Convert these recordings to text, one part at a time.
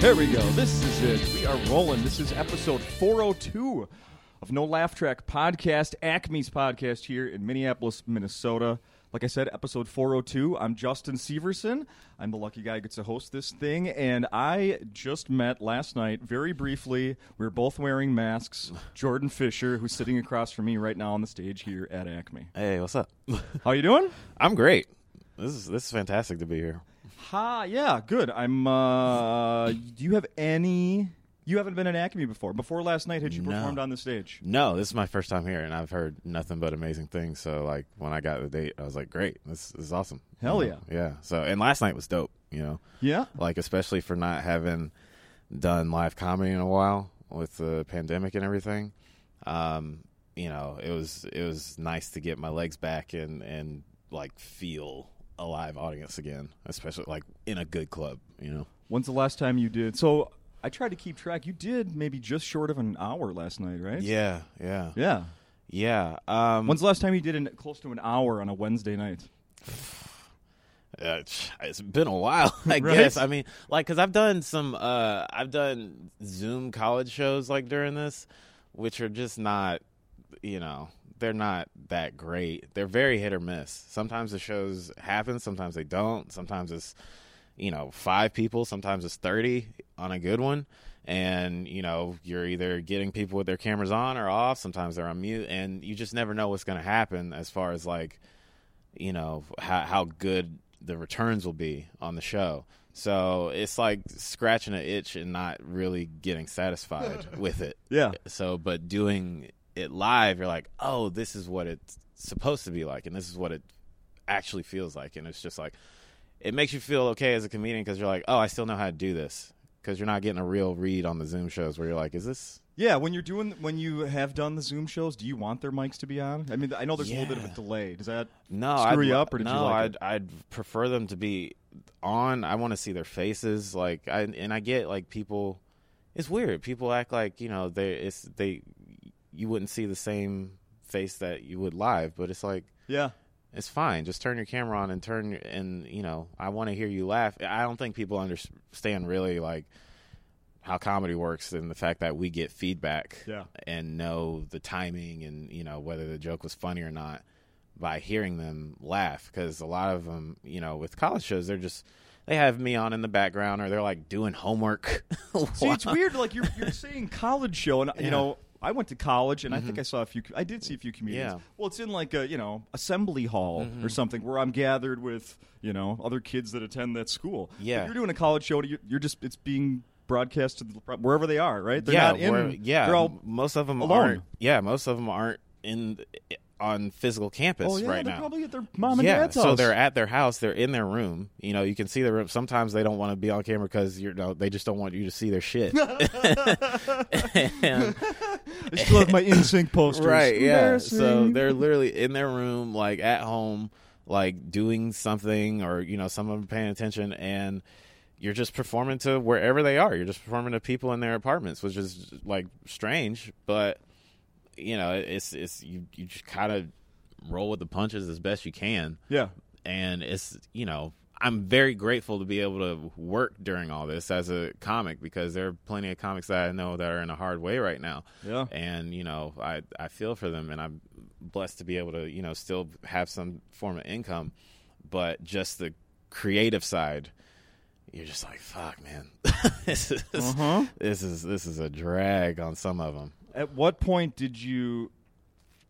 There we go. This is it. We are rolling. This is episode 402 of No Laugh Track Podcast, Acme's podcast here in Minneapolis, Minnesota. Like I said, episode 402. I'm Justin Severson. I'm the lucky guy who gets to host this thing. And I just met last night, very briefly. We were both wearing masks. Jordan Fisher, who's sitting across from me right now on the stage here at Acme. Hey, what's up? How you doing? I'm great. This is this is fantastic to be here. Ha, yeah, good. I'm. uh Do you have any? You haven't been at Acme before. Before last night, had you No. performed on the stage? No, this is my first time here, and I've heard nothing but amazing things. So, like when I got the date, I was like, "Great, this, this is awesome." Hell You know? yeah. So, and last night was dope. You know, Yeah. like especially for not having done live comedy in a while with the pandemic and everything. Um, you know, it was it was nice to get my legs back and and like feel a live audience again, especially like in a good club. You know. When's the last time you did? So I tried to keep track. You did maybe just short of an hour last night, right? Yeah, yeah, Yeah. yeah. Um, When's the last time you did an, close to an hour on a Wednesday night? Uh, it's been a while, I Right? guess. I mean, like, cause I've done some, uh, I've done Zoom college shows like during this, which are just not, you know, they're not that great. They're very hit or miss. Sometimes the shows happen, sometimes they don't. Sometimes it's, you know, five people, sometimes it's 30 on a good one. And, you know, you're either getting people with their cameras on or off. Sometimes they're on mute. And you just never know what's going to happen as far as like, you know how how good the returns will be on the show. So it's like scratching an itch and not really getting satisfied with it. Yeah. So, but doing it live, you're like, oh, this is what it's supposed to be like, and this is what it actually feels like, and it's just like it makes you feel okay as a comedian because you're like, oh, I still know how to do this because you're not getting a real read on the Zoom shows where you're like, is this Yeah. When you're doing, when you have done the Zoom shows, do you want their mics to be on? I mean, I know there's a little bit of a Yeah. delay. Does that? No, screw I'd, you lo- up, or did you no, like I'd I'd prefer them to be on. I want to see their faces. Like I and I get like people. It's weird. People act like you know they it's they you wouldn't see the same face that you would live, but it's like Yeah. it's fine. Just turn your camera on and turn your- and you know I want to hear you laugh. I don't think people understand really like how comedy works and the fact that we get feedback Yeah. and know the timing and you know whether the joke was funny or not by hearing them laugh because a lot of them you know with college shows they're just they have me on in the background or they're like doing homework See, it's weird. Like you're you're saying college show, and you Yeah. Mm-hmm. know. I went to college, and I think I saw a few. I did see a few comedians. Yeah. Mm-hmm. Well, it's in like a you know assembly hall or something where I'm gathered with you know other kids that attend that school. But Yeah. you're doing a college show. You're, you're just it's being broadcast to the, wherever they are, right? They're not in. where- yeah. they're all most of them alone. aren't. Yeah, most of them aren't in on physical campus oh yeah, right they're now. probably at their mom and yeah, dad's so house. they're at their house. They're in their room. You know, you can see their room. Sometimes they don't want to be on camera because you know they just don't want you to see their shit. And- I still have my in sync posters. right? Yeah. So Embarrassing. they're literally in their room, like at home, like doing something, or you know, some of them paying attention, and you're just performing to wherever they are. You're just performing to people in their apartments, which is like strange, but you know, it's it's you you just kind of roll with the punches as best you can yeah. and it's you know I'm very grateful to be able to work during all this as a comic because there are plenty of comics that I know that are in a hard way right now. Yeah. And you know, I I feel for them and I'm blessed to be able to, you know, still have some form of income, but just the creative side you're just like fuck man. this is Uh-huh. this is this is a drag on some of them. At what point did you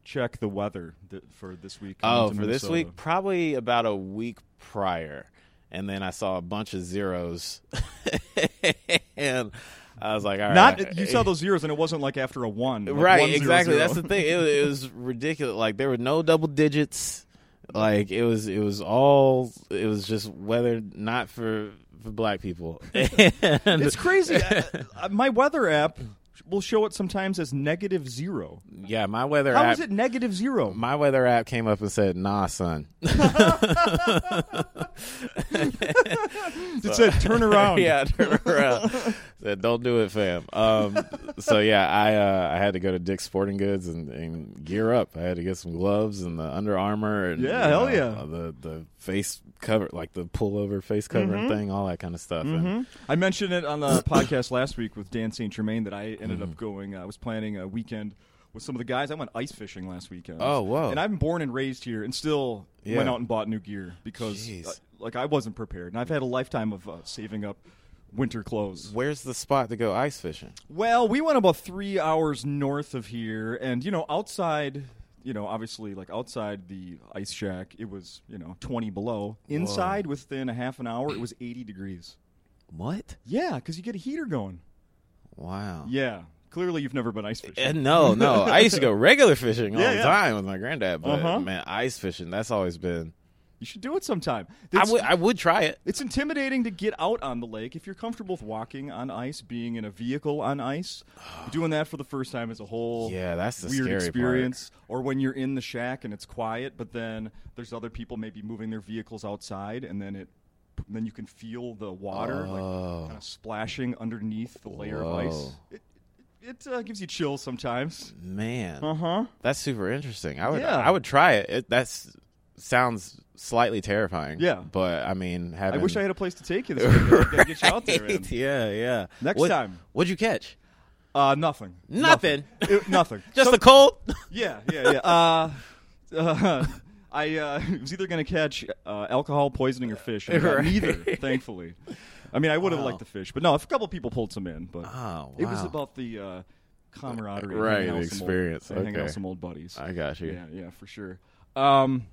check the weather th- for this week? coming Oh, to for this Minnesota? week, probably about a week prior, and then I saw a bunch of zeros, and I was like, "All right, Not you saw those zeros, and it wasn't like after a one. like right, one zero exactly." zero. That's the thing. It, was- it was ridiculous. Like there were no double digits. Like it was, it was all. It was just weather, not for for black people. And- It's crazy. I- I- Uh, my weather app will show it sometimes as negative zero. yeah, my weather How app. is it negative zero? My weather app came up and said, "Nah, son." It said turn around. yeah, turn around. Said, don't do it, fam. Um, so yeah, I uh, I had to go to Dick's Sporting Goods and, and gear up. I had to get some gloves and the Under Armour and Yeah, hell you know, yeah. the the face cover like the pullover face covering Mm-hmm. thing, all that kind of stuff. And I mentioned it on the podcast last week with Dan St. Germain that I ended Mm-hmm. up going. uh, I was planning a weekend with some of the guys. I went ice fishing last weekend. Oh, whoa. And I'm born and raised here, and still Yeah. went out and bought new gear because Jeez. uh, like I wasn't prepared, and I've had a lifetime of uh, saving up winter clothes. Where's the spot to go ice fishing? Well, we went about three hours north of here, and you know, outside, you know, obviously, like outside the ice shack, it was you know twenty below. Inside, within a half an hour, it was eighty degrees. What? Yeah, because you get a heater going. Wow. Yeah, clearly you've never been ice fishing. And no, no. I used to go regular fishing all Yeah, the yeah. time with my granddad, but Uh-huh. man, ice fishing, that's always been you should do it sometime. I It's, would I would try it. it's intimidating to get out on the lake if you're comfortable with walking on ice, being in a vehicle on ice. Doing that for the first time is a whole Yeah, that's the weird scary part. experience. Or when you're in the shack and it's quiet, but then there's other people maybe moving their vehicles outside, and then it then you can feel the water like, kind of splashing underneath the layer of ice. Oh. Whoa. It, it uh, gives you chills sometimes. Man. Uh huh. That's super interesting. I would Yeah. I would try it. it that's sounds slightly terrifying. Yeah. but I mean, I having, wish I had a place to take you this weekend. I gotta get you out there. man. Right. Yeah, yeah. Next What- time. what'd you catch? Uh, nothing. Nothing. Nothing. It- nothing. Just the cold. Yeah, yeah, yeah. Uh, uh, I uh, was either going to catch uh, alcohol poisoning or fish. and I got Right. Neither, thankfully. I mean, I would have Wow. liked the fish, but no, a couple people pulled some in. But Oh, it was wow. about the uh, camaraderie, Right, hanging out the with some old- experience, hanging out okay. with some old buddies. I got you. yeah, yeah, for sure. Um,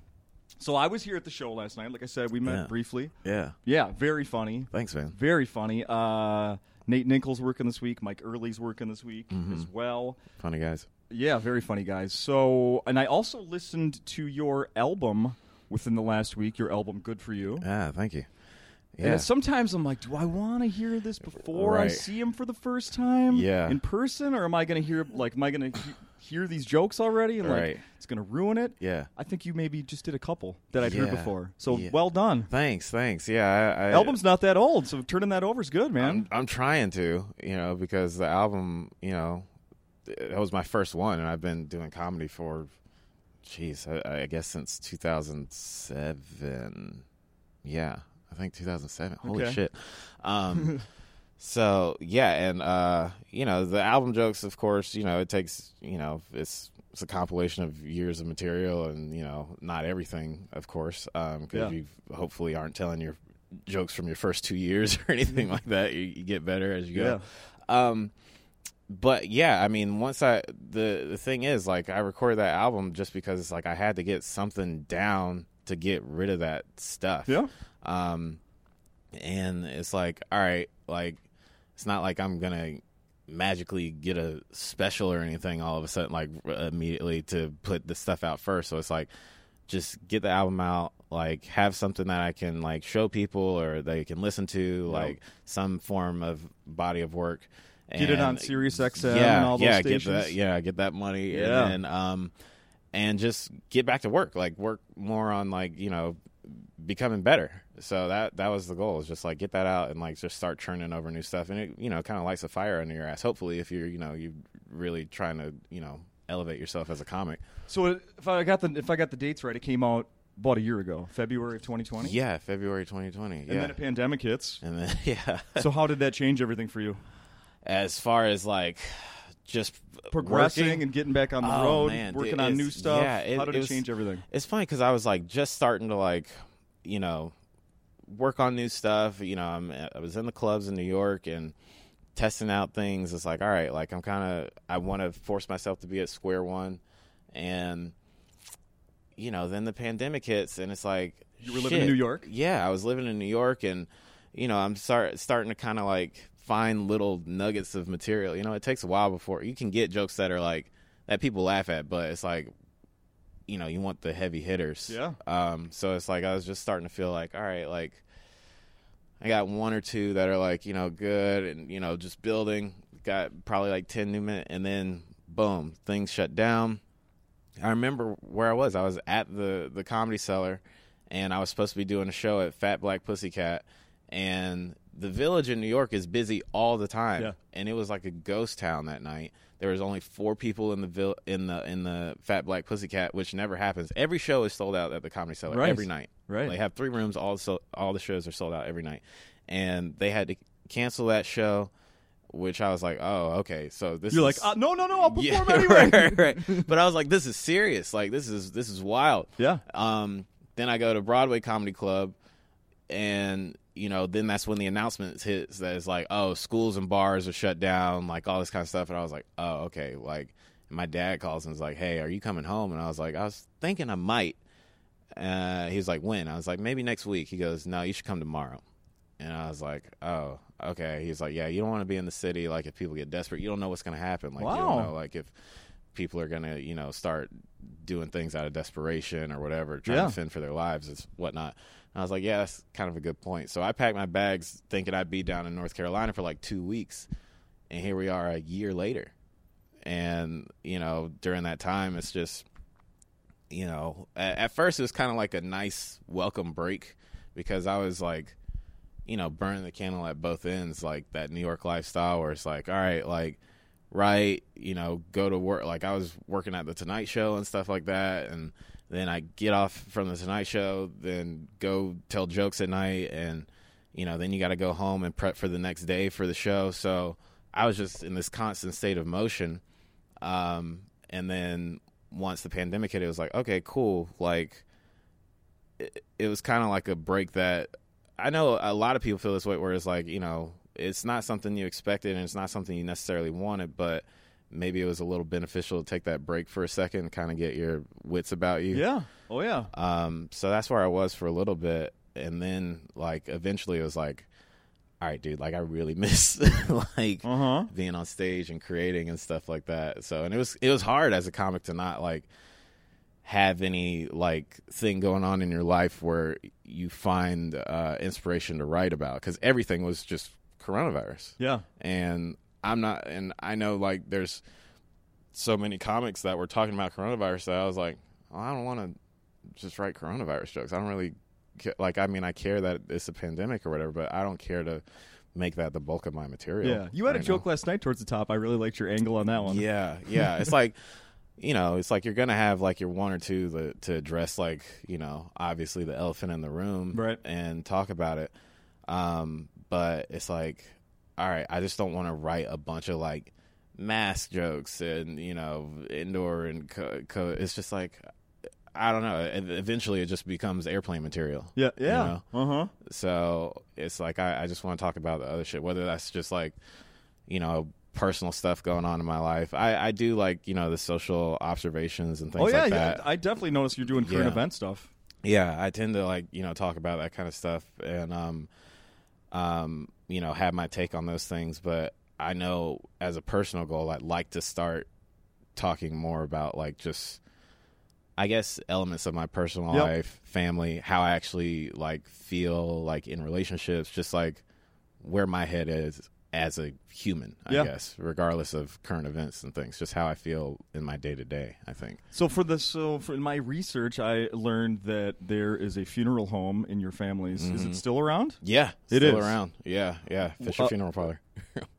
so I was here at the show last night. Like I said, we met Yeah. briefly. Yeah. Yeah, very funny. Thanks, man. Very funny. Uh, Nate Nichols working this week. Mike Early's working this week Mm-hmm. as well. Funny guys. Yeah, very funny guys. So, and I also listened to your album within the last week. Your album, Good for You. Ah, thank you. Yeah. And sometimes I'm like, do I want to hear this before I Right. see him for the first time? Yeah. In person, or am I going to hear like, am I going to he- hear these jokes already? And like, Right. it's going to ruin it. Yeah. I think you maybe just did a couple that I'd heard Yeah. before. So Yeah. well done. Thanks. Thanks. Yeah. I, I, Album's not that old, so turning that over is good, man. I'm, I'm trying to, you know, because the album, you know, that was my first one, and I've been doing comedy for, jeez, I, I guess since 2007. Yeah, I think 2007. Holy Okay. shit. Um, so yeah, and uh, you know, the album jokes, of course, you know, it takes, you know, it's it's a compilation of years of material, and you know, not everything, of course, because Yeah. you hopefully aren't telling your jokes from your first two years or anything like that. You, you get better as you go. Um, but yeah, I mean, once I the the thing is, like, I recorded that album just because it's like I had to get something down to get rid of that stuff. Yeah. Um, and it's like, all right, like, it's not like I'm gonna magically get a special or anything all of a sudden, like r- immediately to put the stuff out first. So it's like, just get the album out, like have something that I can like show people or they can listen to, like some form of body of work. Get it And- on SiriusXM yeah, uh, and all those yeah, stations. Get that, yeah, get that money. Yeah. And then, um, and just get back to work. Like work more on like you know becoming better. So that that was the goal. Is just like get that out and like just start churning over new stuff. And it you know kind of lights a fire under your ass. Hopefully, if you're you know you really trying to you know elevate yourself as a comic. So it- if I got the if I got the dates right, it came out about a year ago, February of 2020. Yeah, February 2020. And yeah. then a pandemic hits. and then yeah. so how did that change everything for you? as far as like just Progressing working, and getting back on the Oh, road, man, dude, working on new it's- stuff. yeah, it- how did it it, was- change everything? it's funny because I was like just starting to like, you know, work on new stuff. You know, I'm, uh, I was in the clubs in New York and testing out things. It's like, all right, like I'm kind of, I want to force myself to be at square one. And, you know, then the pandemic hits and it's like, You were living in shit. New York? Yeah, I was living in New York and, you know, I'm start, starting to kind of like find little nuggets of material. You know, it takes a while before you can get jokes that are like, that people laugh at, but it's like, you know, you want the heavy hitters. Yeah. Um, so it's like I was just starting to feel like, all right, like I got one or two that are like, you know, good and, you know, just building. Got probably like ten new minutes and then boom, things shut down. I remember where I was. I was at the the comedy cellar and I was supposed to be doing a show at Fat Black Pussycat and the village in New York is busy all the time. Yeah. And it was like a ghost town that night. There was only four people in the vil- in the in the Fat Black Pussycat, which never happens. Every show is sold out at the Comedy Cellar Right. every night. Right. They have three rooms. All the so- all the shows are sold out every night, and they had to cancel that show, which I was like, oh, okay. So this You're like, is- uh, no, no, no, I'll perform yeah, anyway. right, right. But I was like, this is serious. Like this is this is wild. Yeah. Um, then I go to Broadway Comedy Club, and you know, then that's when the announcement hits that it's like, oh, schools and bars are shut down, like all this kind of stuff. And I was like, oh, okay. Like my dad calls and is like, hey, are you coming home? And I was like, I was thinking I might. Uh, he was like, when? I was like, maybe next week. He goes, no, you should come tomorrow. And I was like, oh, okay. He's like, yeah, you don't want to be in the city. Like, if people get desperate, you don't know what's going to happen. Like, you Wow. don't know, like, if people are going to, you know, start doing things out of desperation or whatever, trying Yeah. to fend for their lives and whatnot. And I was like, yeah, that's kind of a good point. So I packed my bags thinking I'd be down in North Carolina for like two weeks. And here we are a year later. And, you know, during that time, it's just, you know, at, at first it was kind of like a nice welcome break because I was like, you know, burning the candle at both ends, like that New York lifestyle where it's like, all right, like, right, you know, go to work. Like, I was working at the Tonight Show and stuff like that. And then I get off from the Tonight Show, then go tell jokes at night. And, you know, then you got to go home and prep for the next day for the show. So I was just in this constant state of motion. Um, and then once the pandemic hit, it was like, okay, cool. Like, it, it was kind of like a break that I know a lot of people feel this way, where it's like, you know, it's not something you expected and it's not something you necessarily wanted, but maybe it was a little beneficial to take that break for a second, kind of get your wits about you. Yeah. Oh yeah. Um, so that's where I was for a little bit, and then like eventually it was like, all right, dude, like I really miss like Uh huh. being on stage and creating and stuff like that. So and it was it was hard as a comic to not like have any like thing going on in your life where you find uh, inspiration to write about because everything was just coronavirus Yeah. and I'm not and I know like there's so many comics that were talking about coronavirus that I was like, oh, I don't want to just write coronavirus jokes. I don't really ca- like I mean I care that it's a pandemic or whatever, but I don't care to make that the bulk of my material. Yeah. You had a right joke last night towards the top. I really liked your angle on that one. yeah, yeah. It's like you know, it's like you're gonna have like your one or two that, to address like you know, obviously the elephant in the room, Right. And talk about it. Um, but it's like, all right, I just don't want to write a bunch of like mask jokes and you know indoor and co- co- it's just like I don't know. Ev- Eventually, it just becomes airplane material. Yeah. Yeah. You know? Uh huh. So it's like I, I just want to talk about the other shit, whether that's just like, you know, personal stuff going on in my life. I, I do like, you know, the social observations and things Oh yeah. like yeah. that. I definitely noticed you're doing current Yeah. event stuff. yeah, I tend to like, you know, talk about that kind of stuff and um um, you know, have my take on those things, but I know as a personal goal I'd like to start talking more about like just I guess elements of my personal Yep. life, family, how I actually like feel like in relationships, just like where my head is as a human, I Yeah. guess, regardless of current events and things, just how I feel in my day to day, I think. So for the so for in my research, I learned that there is a funeral home in your family's. Is it still around? Yeah. It still is. around. Yeah, yeah. Fisher Uh, Funeral Parlor.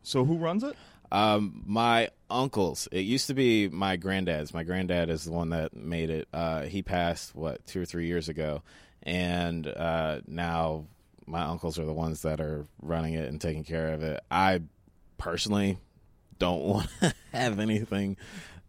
So who runs it? Um, my uncles. It used to be my granddad's. My granddad is the one that made it. Uh, he passed what two or three years ago, and uh, now my uncles are the ones that are running it and taking care of it. I personally don't want to have anything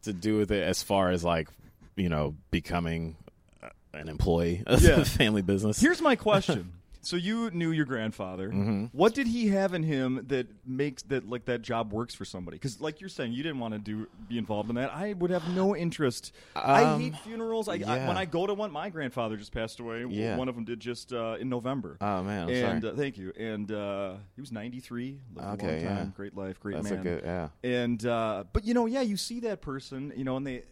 to do with it as far as like you know becoming uh, an employee of Yeah. the family business. Here's my question. so you knew your grandfather. Mm-hmm. What did he have in him that makes that like that job works for somebody? Because like you're saying, you didn't want to do be involved in that. I would have no interest. I Um, hate funerals. I, I yeah. when I go to one, my grandfather just passed away. W- Yeah. One of them did just uh, in November. oh man, I'm and sorry. uh, thank you. And uh, he was 93. Lived a long Okay, time. yeah. Great life. Great That's man a good yeah. and uh, but you know, yeah, you see that person, you know, and they,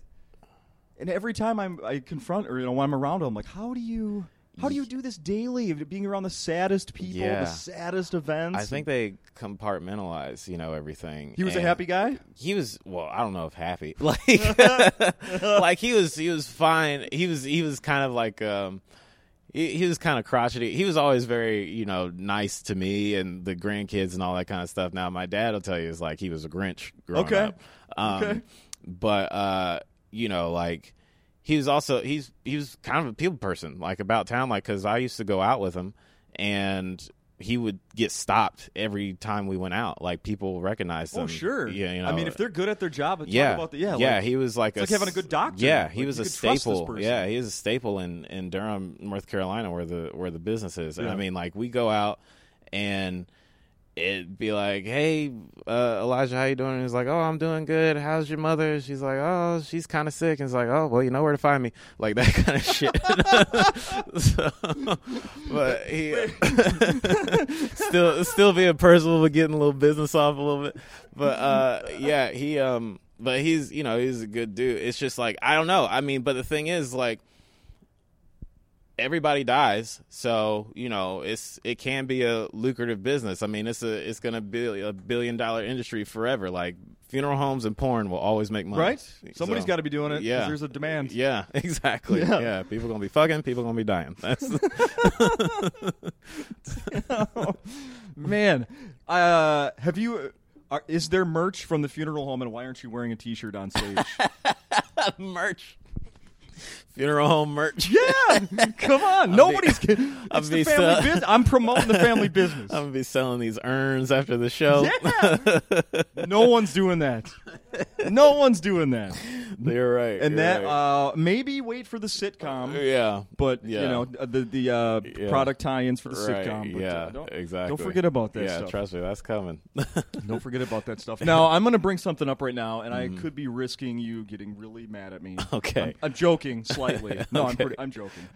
and every time I'm I confront or you know when I'm around them, I'm like, how do you how do you do this daily? of Being around the saddest people, Yeah. the saddest events. I think they compartmentalize, you know, everything. he was a And happy guy. Oh, He was well, I don't know if happy. Like like he was he was fine. He was he was kind of like um he, he was kind of crotchety. He was always very, you know, nice to me and the grandkids and all that kind of stuff. Now, my dad will tell you is like he was a Grinch growing Okay. up. Um, Okay. But uh, you know, like he was also he's he was kind of a people person, like about town, like because I used to go out with him and. He would get stopped every time we went out. Like people recognized him. Oh, sure. Yeah, you know. I mean, if they're good at their job, talk yeah, about the, yeah, yeah. like- he was like it's like s- having a good doctor. Yeah, he Like, was you a could trust this staple. person. Yeah, he is a staple in in Durham, North Carolina, where the where the business is. And I Yeah. mean, like we go out and it'd be like, "Hey, uh, Elijah, how you doing?" And he's like, "Oh, I'm doing good. How's your mother?" She's like, "Oh, she's kind of sick." And he's like, "Oh, well, you know where to find me." Like that kind of shit. so, but he still still being personal, but getting a little business off a little bit. But uh, yeah, he um, but he's you know he's a good dude. It's just like I don't know. I mean, but the thing is like everybody dies so you know it's it can be a lucrative business i mean it's a it's gonna be a billion dollar industry forever like funeral homes and porn will always make money right. Somebody's So- got to be doing it. 'cause yeah there's a demand. yeah exactly Yeah. yeah. people gonna be fucking people gonna be dying that's Man, uh, have you? Are, is there merch from the funeral home, and why aren't you wearing a T-shirt on stage? merch funeral home merch yeah, come on, nobody's. kidding. I'll It's be the family so- bus- I'm promoting the family business. i'm gonna be selling these urns after the show yeah, no one's doing that. No one's doing that. you're right And you're that right. uh, maybe wait for the sitcom. yeah But yeah. you know the the uh, Yeah. product tie-ins for the Right, sitcom. But, yeah, uh, don't, exactly. Don't forget about that Yeah, stuff. trust me, that's coming. Don't forget about that stuff. Now I'm going to bring something up right now, and Mm-hmm. I could be risking you getting really mad at me. okay. I'm uh, joking slightly. No, I'm pretty, I'm joking.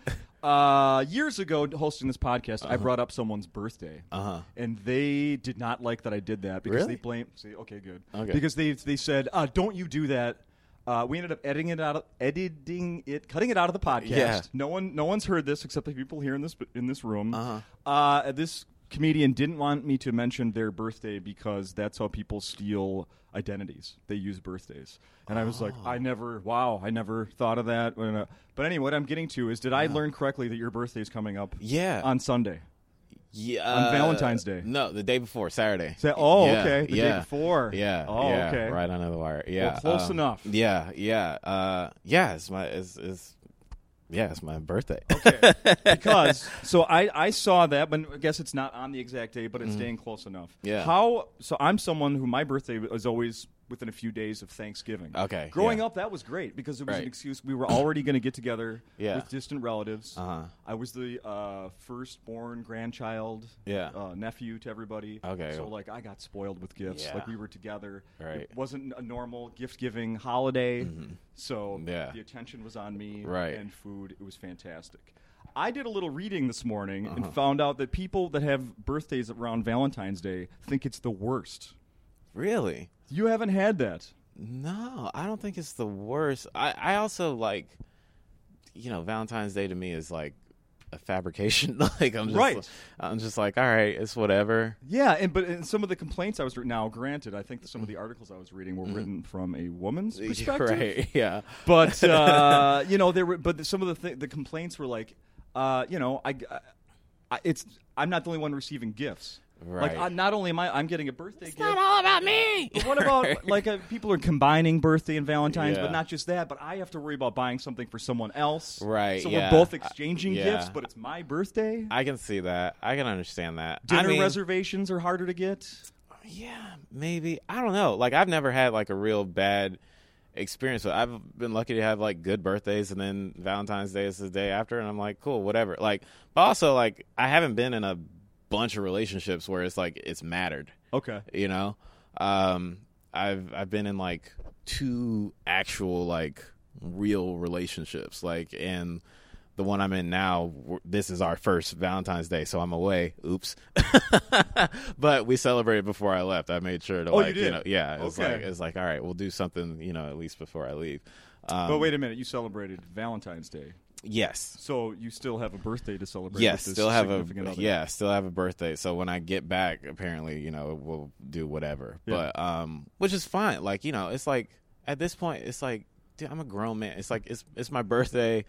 Uh, years ago, hosting this podcast, I brought up someone's birthday, Uh-huh. and they did not like that I did that because Really? they blame. See, okay, good. Okay. Because they they said, uh, "Don't you do that." Uh, we ended up editing it out, of, editing it, cutting it out of the podcast. Yeah. No one, no one's heard this except the people here in this in this room. Uh-huh. Uh, this comedian didn't want me to mention their birthday because that's how people steal identities. They use birthdays, and I was like, I never. Wow, I never thought of that. Uh, But anyway, what I'm getting to is, did I learn correctly that your birthday is coming up Yeah. on Sunday? Yeah, On uh, Valentine's Day. No, the day before, Saturday. Sa- oh, Yeah, okay, the day yeah, before. Yeah. Oh, yeah, okay. Right under the wire. Yeah. um, close enough. Yeah. Yeah. Uh, yeah. It's my. It's. it's yeah. It's my birthday. Okay. because so I, I saw that, but I guess it's not on the exact day, but it's staying close enough. Mm-hmm. Yeah. How? So I'm someone who my birthday is always within a few days of Thanksgiving. Okay, Growing yeah. up, that was great because it was an Right. excuse. We were already going to get together Yeah. with distant relatives. Uh-huh. I was the uh, firstborn grandchild, Yeah. uh, nephew to everybody. Okay. So like I got spoiled with gifts. Yeah. Like we were together. Right. Mm-hmm. It wasn't a normal gift giving holiday. So Yeah. the attention was on me Right. and food. It was fantastic. I did a little reading this morning and found out that people that have birthdays around Valentine's Day think it's the worst. really? You haven't had that. No, I don't think it's the worst. I. I also like. You know, Valentine's Day to me is like a fabrication. like I'm just. Right. I'm just like, all right, it's whatever. Yeah, and but and some of the complaints I was re- now granted, I think that some of the articles I was reading were written from a woman's perspective. Right. Yeah. But uh, you know, there were but some of the th- the complaints were like, uh, you know, I, I it's I'm not the only one receiving gifts. Like Right. I, not only am I I'm getting a birthday gift. all about me. But what about like uh, people are combining birthday and Valentine's, but Yeah. not just that. But I have to worry about buying something for someone else, Right, So yeah. we're both exchanging Yeah. gifts, but it's my birthday. I can see that. I can understand that. Dinner I mean, reservations are harder to get. Yeah, maybe. I don't know. Like I've never had like a real bad experience, but I've been lucky to have like good birthdays and then Valentine's Day is the day after and I'm like, cool, whatever. Like but also like I haven't been in a bunch of relationships where it's like it's mattered, Okay, you know? Um I've I've been in like two actual like real relationships like and the one I'm in now, we're- this is our first Valentine's Day, so I'm away. Oops. but we celebrated before I left. I made sure to Oh, you like, did? know, yeah. It's Okay. like it's like all right, we'll do something, you know, at least before I leave. Um, but wait a minute, you celebrated Valentine's Day, yes. so you still have a birthday to celebrate. with Yes, this still have a significant other. yeah, still have a birthday. So when I get back, apparently, you know, we'll do whatever. Yeah. But um, which is fine. Like you know, it's like at this point, it's like, dude, I'm a grown man. It's like it's it's my birthday.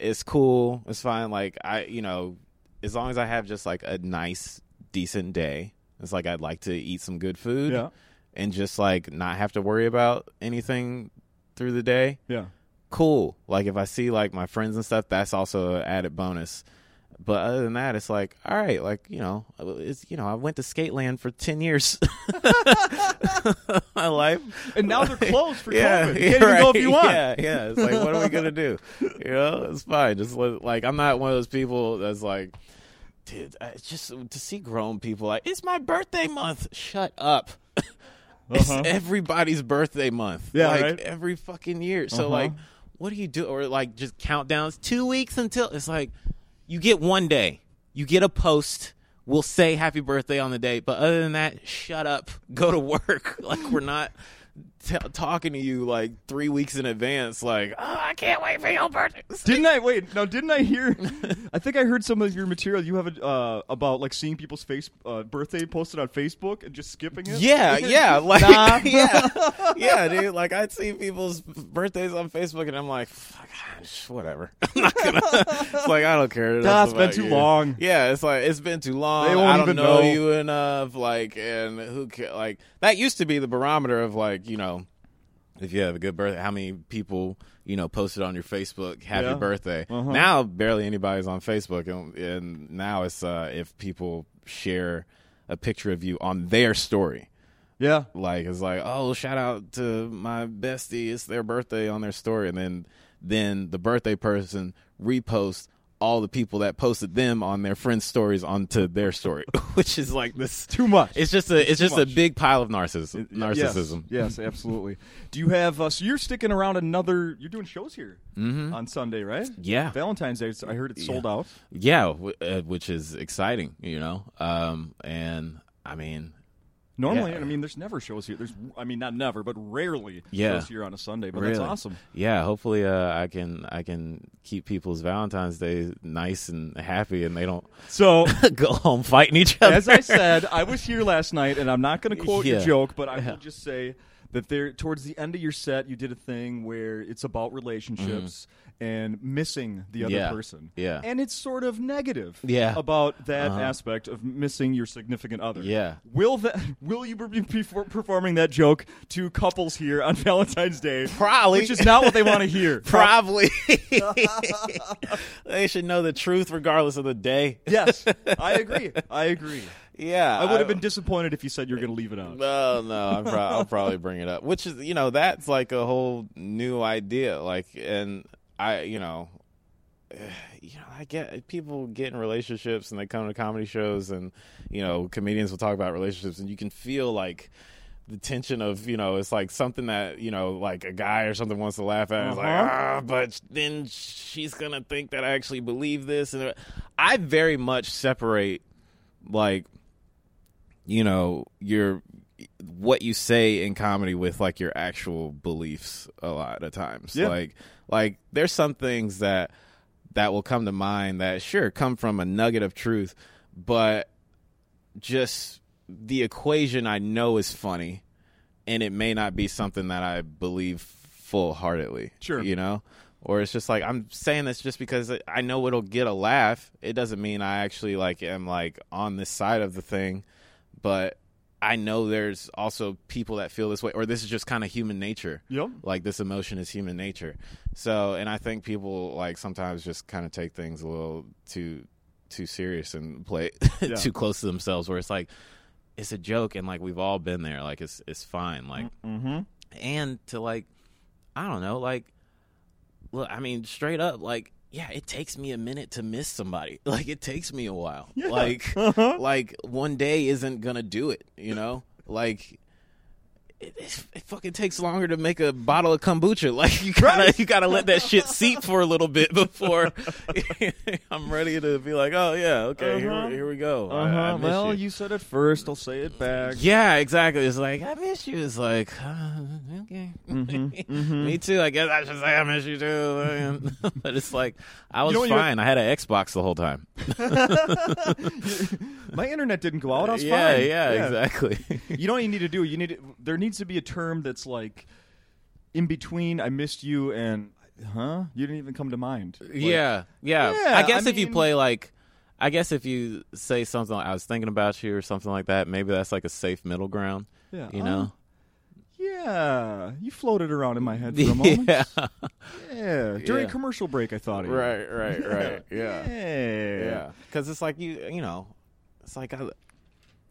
It's cool. It's fine. Like I, you know, as long as I have just like a nice, decent day, it's like I'd like to eat some good food Yeah. and just like not have to worry about anything through the day. Yeah. Cool. Like if I see like my friends and stuff, that's also an added bonus. But other than that, it's like, all right, like you know, it's you know, I went to Skateland for ten years, my life And now they're closed for COVID. You yeah, can't even go if right. you want. Yeah, yeah. It's like, what are we gonna do? You know, it's fine. Just let, like I'm not one of those people that's like, dude. I, it's just to see grown people like it's my birthday month. Shut up. it's Uh-huh. everybody's birthday month. Yeah, like right. every fucking year. So Uh-huh. like, what do you do? Or like just countdowns. Two weeks until it's like, you get one day. You get a post. We'll say happy birthday on the day, but other than that, shut up. Go to work. Like we're not t- talking to you like three weeks in advance. Like, oh, I can't wait for your birthday. Didn't I wait? No, didn't I hear? I think I heard some of your material you have uh, about like seeing people's face uh, birthday posted on Facebook and just skipping it. Yeah, yeah, like Nah. yeah, yeah, dude. Like I'd see people's birthdays on Facebook, and I'm like, Fuck, ah, whatever. I'm not gonna. It's like I don't care. Nah, That's it's been about too you. long. Yeah, it's like it's been too long. They won't I don't even know, know. you enough. Like, and who ca- like that used to be the barometer of like you know, if you have a good birthday, how many people you know posted on your Facebook happy Yeah. birthday. Uh-huh. Now barely anybody's on Facebook, and, and now it's uh, if people share a picture of you on their story yeah. like it's like oh shout out to my bestie it's their birthday on their story and then then the birthday person reposts all the people that posted them on their friends stories onto their story which is like this Too much. it's just a it's just a much. big pile of narcissism Yes, narcissism Yes, absolutely. Do you have? Uh, so you're sticking around another. You're doing shows here on Sunday, right? Mm-hmm. yeah Valentine's Day. it's- I heard it's sold out. yeah w- uh, which is exciting you know um and i mean Normally, Yeah. I mean, there's never shows here. There's, I mean, not never, but rarely Yeah. shows here on a Sunday. But that's Really? awesome. yeah hopefully uh, i can i can keep people's valentine's day nice and happy and they don't So go home fighting each other as I said, I was here last night, and I'm not going to quote your Yeah. joke, but I will just say that there, towards the end of your set, you did a thing where it's about relationships and missing the other Mm-hmm. Yeah. person. Yeah. and it's sort of negative. Yeah. Uh-huh. about that aspect of missing your significant other. Yeah. will that will you be perfor- performing that joke to couples here on Valentine's Day? Probably. which is not what they want to hear. Probably. they should know the truth regardless of the day. Yes, I agree. I agree. Yeah. I would have been disappointed if you said you were going to leave it out. No, no, I'm pro- I'll probably bring it up. Which is, you know, that's like a whole new idea. Like, and I, you know, you know, I get people get in relationships and they come to comedy shows and you know, comedians will talk about relationships and you can feel like the tension of you know it's like something that you know like a guy or something wants to laugh at and it's like Uh-huh. ah but then she's gonna think that I actually believe this and I very much separate like you know your what you say in comedy with like your actual beliefs a lot of times Yeah. like like there's some things that that will come to mind that sure come from a nugget of truth but just the equation i know is funny and it may not be something that i believe full-heartedly Sure. you know or it's just like i'm saying this just because i know it'll get a laugh it doesn't mean i actually like am like on this side of the thing but i know there's also people that feel this way or this is just kind of human nature Yep. like this emotion is human nature so and i think people like sometimes just kind of take things a little too too serious and play Yeah. too close to themselves where it's like it's a joke and like we've all been there like it's it's fine like Mm-hmm. and to like i don't know like look i mean straight up like yeah it takes me a minute to miss somebody like it takes me a while like Uh-huh. like one day isn't gonna do it you know like it, it, it fucking takes longer to make a bottle of kombucha like you gotta you gotta let that shit seep for a little bit before i'm ready to be like oh yeah okay Uh-huh. here, here we go I- I Uh-huh. miss Well, you. you said it first. I'll say it back. Yeah, exactly. It's like I miss you. It's like uh, okay, Mm-hmm. me too. I guess I should say I miss you too. but it's like I was know what you- fine. I had an Xbox the whole time. My internet didn't go out. I was yeah, fine. yeah, exactly. You don't even need to do. You need. To, there needs to be a term that's like in between. I missed you and huh? You didn't even come to mind. Like, yeah, yeah, Yeah, I guess I if you mean- play like, I guess if you say something like, I was thinking about you or something like that, maybe that's like a safe middle ground. Yeah, You uh, know? Yeah, you floated around in my head for a moment. yeah. Yeah, during Yeah. commercial break, I thought of you. Right, right, right. Yeah. Yeah. Yeah. Because it's like you, you know, it's like I,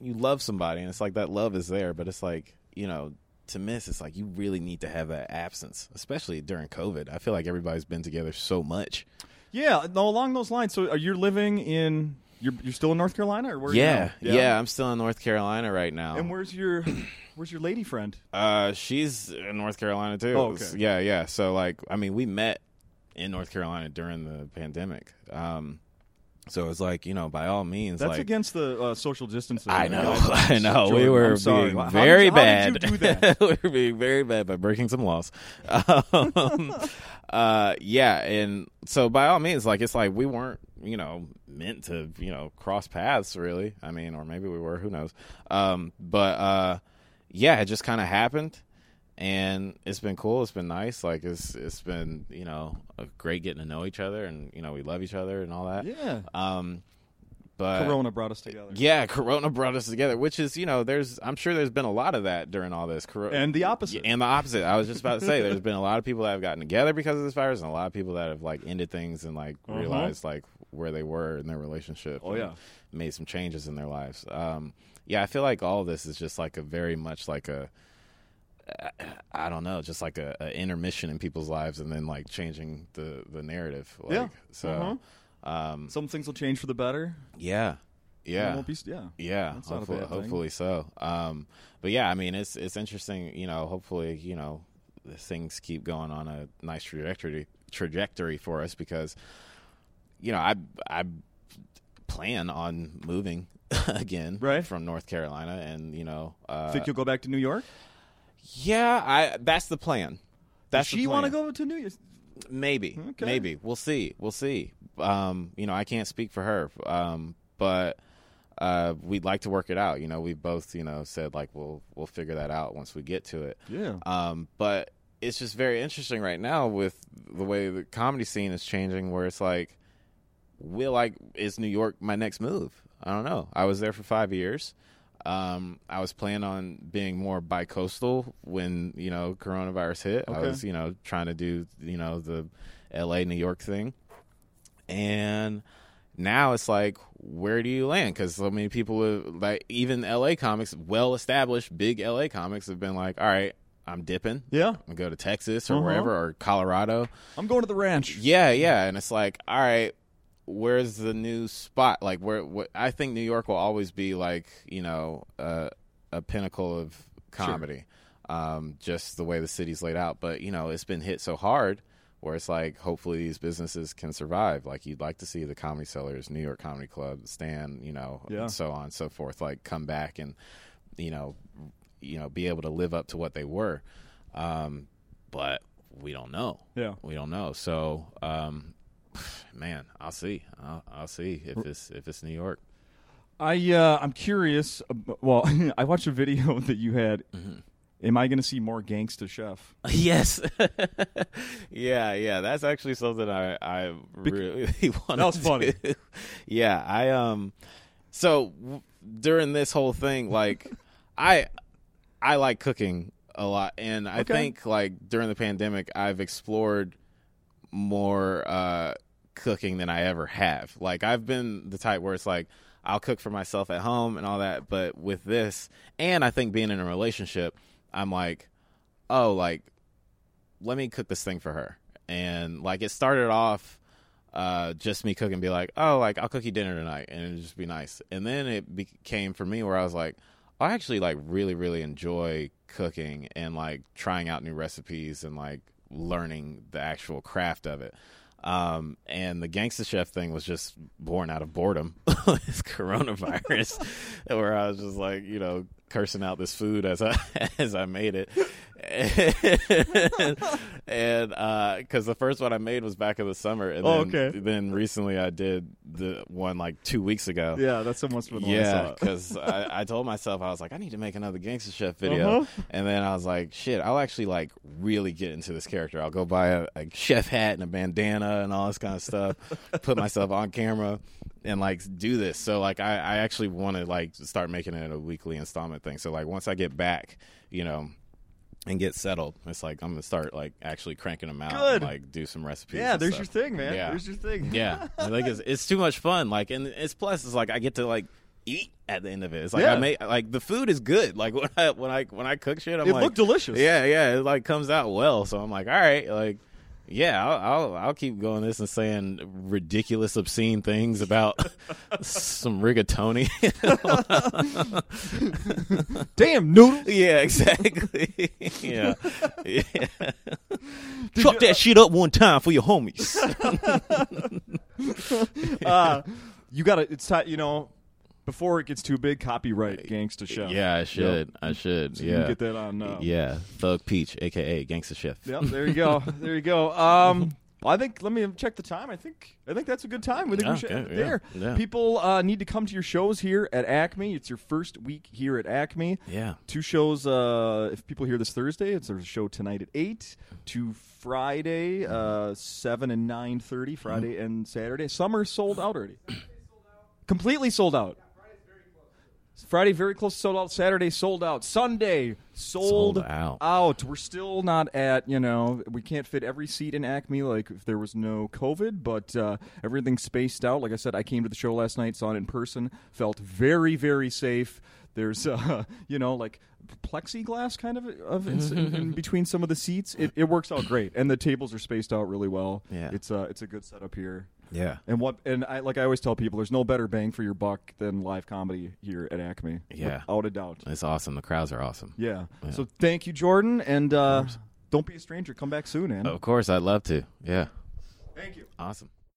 you love somebody and it's like that love is there, but it's like, you know, to miss, it's like you really need to have that absence, especially during COVID. I feel like everybody's been together so much. Yeah, no, along those lines. So, are you living in? You're, you're still in North Carolina, or where? are you Yeah, now? yeah. I'm still in North Carolina right now. And where's your, where's your lady friend? Uh, she's in North Carolina too. Oh, okay. Yeah, yeah. So like, I mean, we met in North Carolina during the pandemic. Um, so it's like you know, by all means, That's like against the uh, social distancing. I know, guidelines, I know. we Jordan. were I'm sorry. being How did- very how bad. did you do that? we were being very bad by breaking some laws. Um, uh, yeah, and so by all means, like it's like we weren't, you know, meant to, you know, cross paths really. I mean, or maybe we were. Who knows? Um, but uh, yeah, it just kind of happened, and it's been cool. It's been nice. Like it's it's been you know a great getting to know each other, and you know we love each other and all that. Yeah, Um, but Corona brought us together. yeah, Corona brought us together, which is you know, there's I'm sure there's been a lot of that during all this. Corona And the opposite. and the opposite. I was just about to say there's been a lot of people that have gotten together because of this virus, and a lot of people that have like ended things and like Uh-huh. realized like where they were in their relationship. Oh, and yeah. made some changes in their lives. Um, yeah, I feel like all this is just like a very much like a. I don't know, just like a, a intermission in people's lives, and then like changing the the narrative. Like, Yeah. Uh-huh. So, um, Some things will change for the better. yeah, It yeah. won't be s- yeah. Yeah, That's not a hopefully, bad thing. hopefully so. Um, but yeah, I mean, it's it's interesting. You know, hopefully, you know, things keep going on a nice trajectory trajectory for us because, you know, I I plan on moving again Right. from North Carolina, and you know, uh, Think you'll go back to New York? yeah, I that's the plan. That's Does she want to go to New York? Maybe. Okay. Maybe. We'll see. We'll see. Um, you know, I can't speak for her. Um, but uh, we'd like to work it out. You know, we both, you know, said like we'll we'll figure that out once we get to it. Yeah. Um, but it's just very interesting right now with the way the comedy scene is changing where it's like will I is New York my next move? I don't know. I was there for five years. Um, I was planning on being more bi-coastal when you know coronavirus hit. I Okay. was you know trying to do you know the L.A. New York thing, and now it's like where do you land? Because so many people have, like even L.A. comics, well-established big L.A. comics have been like, all right, I'm dipping. Yeah. I'm gonna go to Texas or Uh-huh. wherever or Colorado. I'm going to the ranch. Yeah, yeah, and it's like, all right, where's the new spot? Like, where? What, I think New York will always be like, you know, uh, a pinnacle of comedy, um, just the way the city's laid out. But you know, it's been hit so hard, where it's like, hopefully these businesses can survive. Like, you'd like to see the Comedy Cellars, New York Comedy Club, the Stand, you know, Yeah. and so on and so forth, like come back and, you know, you know, be able to live up to what they were. Um, but we don't know Yeah. we don't know. So, um, man, I'll see. I'll, I'll see if it's if it's New York. I uh, I'm curious. ab- Well, I watched a video that you had. Mm-hmm. Am I going to see more Gangsta Chef? Uh, yes. yeah, yeah. That's actually something I I really want. That was funny. yeah, I um. So w- during this whole thing, like, I I like cooking a lot, and I Okay. think like during the pandemic, I've explored more uh, cooking than I ever have. Like I've been the type where it's like I'll cook for myself at home and all that, but with this, and I think being in a relationship, I'm like, oh, like let me cook this thing for her, and like it started off. Uh, just me cooking, be like, oh, like I'll cook you dinner tonight, and it'd just be nice. And then it became for me where I was like, I actually like really, really enjoy cooking and like trying out new recipes and like learning the actual craft of it. Um, and the gangsta chef thing was just born out of boredom. it's coronavirus, where I was just like, you know, cursing out this food as I as I made it, and because the first one I made was back in the summer, and Oh, then, okay. then recently I did the one like two weeks ago. Yeah, that's almost what Yeah, I saw. because I, I told myself I was like, I need to make another Gangsta Chef video, Uh-huh. and then I was like, shit, I'll actually like really get into this character. I'll go buy a, a chef hat and a bandana and all this kind of stuff, put myself on camera, and like do this. So like, I, I actually want to like start making it a weekly installment thing. So like, once I get back, you know. And get settled. It's like I'm gonna start like actually cranking them out, Good. and, like do some recipes. Yeah, and there's stuff. your thing, man. Yeah. There's your thing. Yeah, I think it's it's too much fun. Like, and it's plus it's like I get to like eat at the end of it. It's like Yeah. I make like the food is good. Like when I when I when I cook shit, I'm it like, looked delicious. yeah, yeah, it like comes out well. So I'm like, all right, like. Yeah, I'll, I'll I'll keep going this and saying ridiculous, obscene things about some rigatoni. Damn noodles. yeah, exactly. yeah, yeah. Chop that shit up one time for your homies. Uh, you got to. It's ti- you know. Before it gets too big, copyright Gangsta Chef. yeah, I should. I should. So yeah, you can get that on. Uh, Yeah, Thug Peach, aka Gangsta Chef. Yep, there you go. there you go. Um, well, I think let me check the time. I think I think that's a good time. We think we Yeah, should okay, end it yeah, there. yeah. People uh, need to come to your shows here at Acme. It's your first week here at Acme. Yeah. Two shows. Uh, if people hear this Thursday, it's there's a show tonight at eight. To Friday, uh, seven and nine thirty. Friday and Saturday. Summer sold out already. Completely sold out. Friday very close to sold out. Saturday sold out. Sunday sold, Sold out. out. We're still not at you know we can't fit every seat in Acme like if there was no COVID, but uh, everything's spaced out. Like I said, I came to the show last night, saw it in person, felt very very safe. There's uh, you know like plexiglass kind of of in, in between some of the seats. It, it works out great, and the tables are spaced out really well. Yeah. it's uh, it's a good setup here. Yeah. And what and I like I always tell people, there's no better bang for your buck than live comedy here at Acme. Yeah. without a doubt. It's awesome. The crowds are awesome. Yeah. So thank you, Jordan, Oh. and uh, don't be a stranger. Come back soon, man. Of course, I'd love to. Yeah. Thank you. Awesome.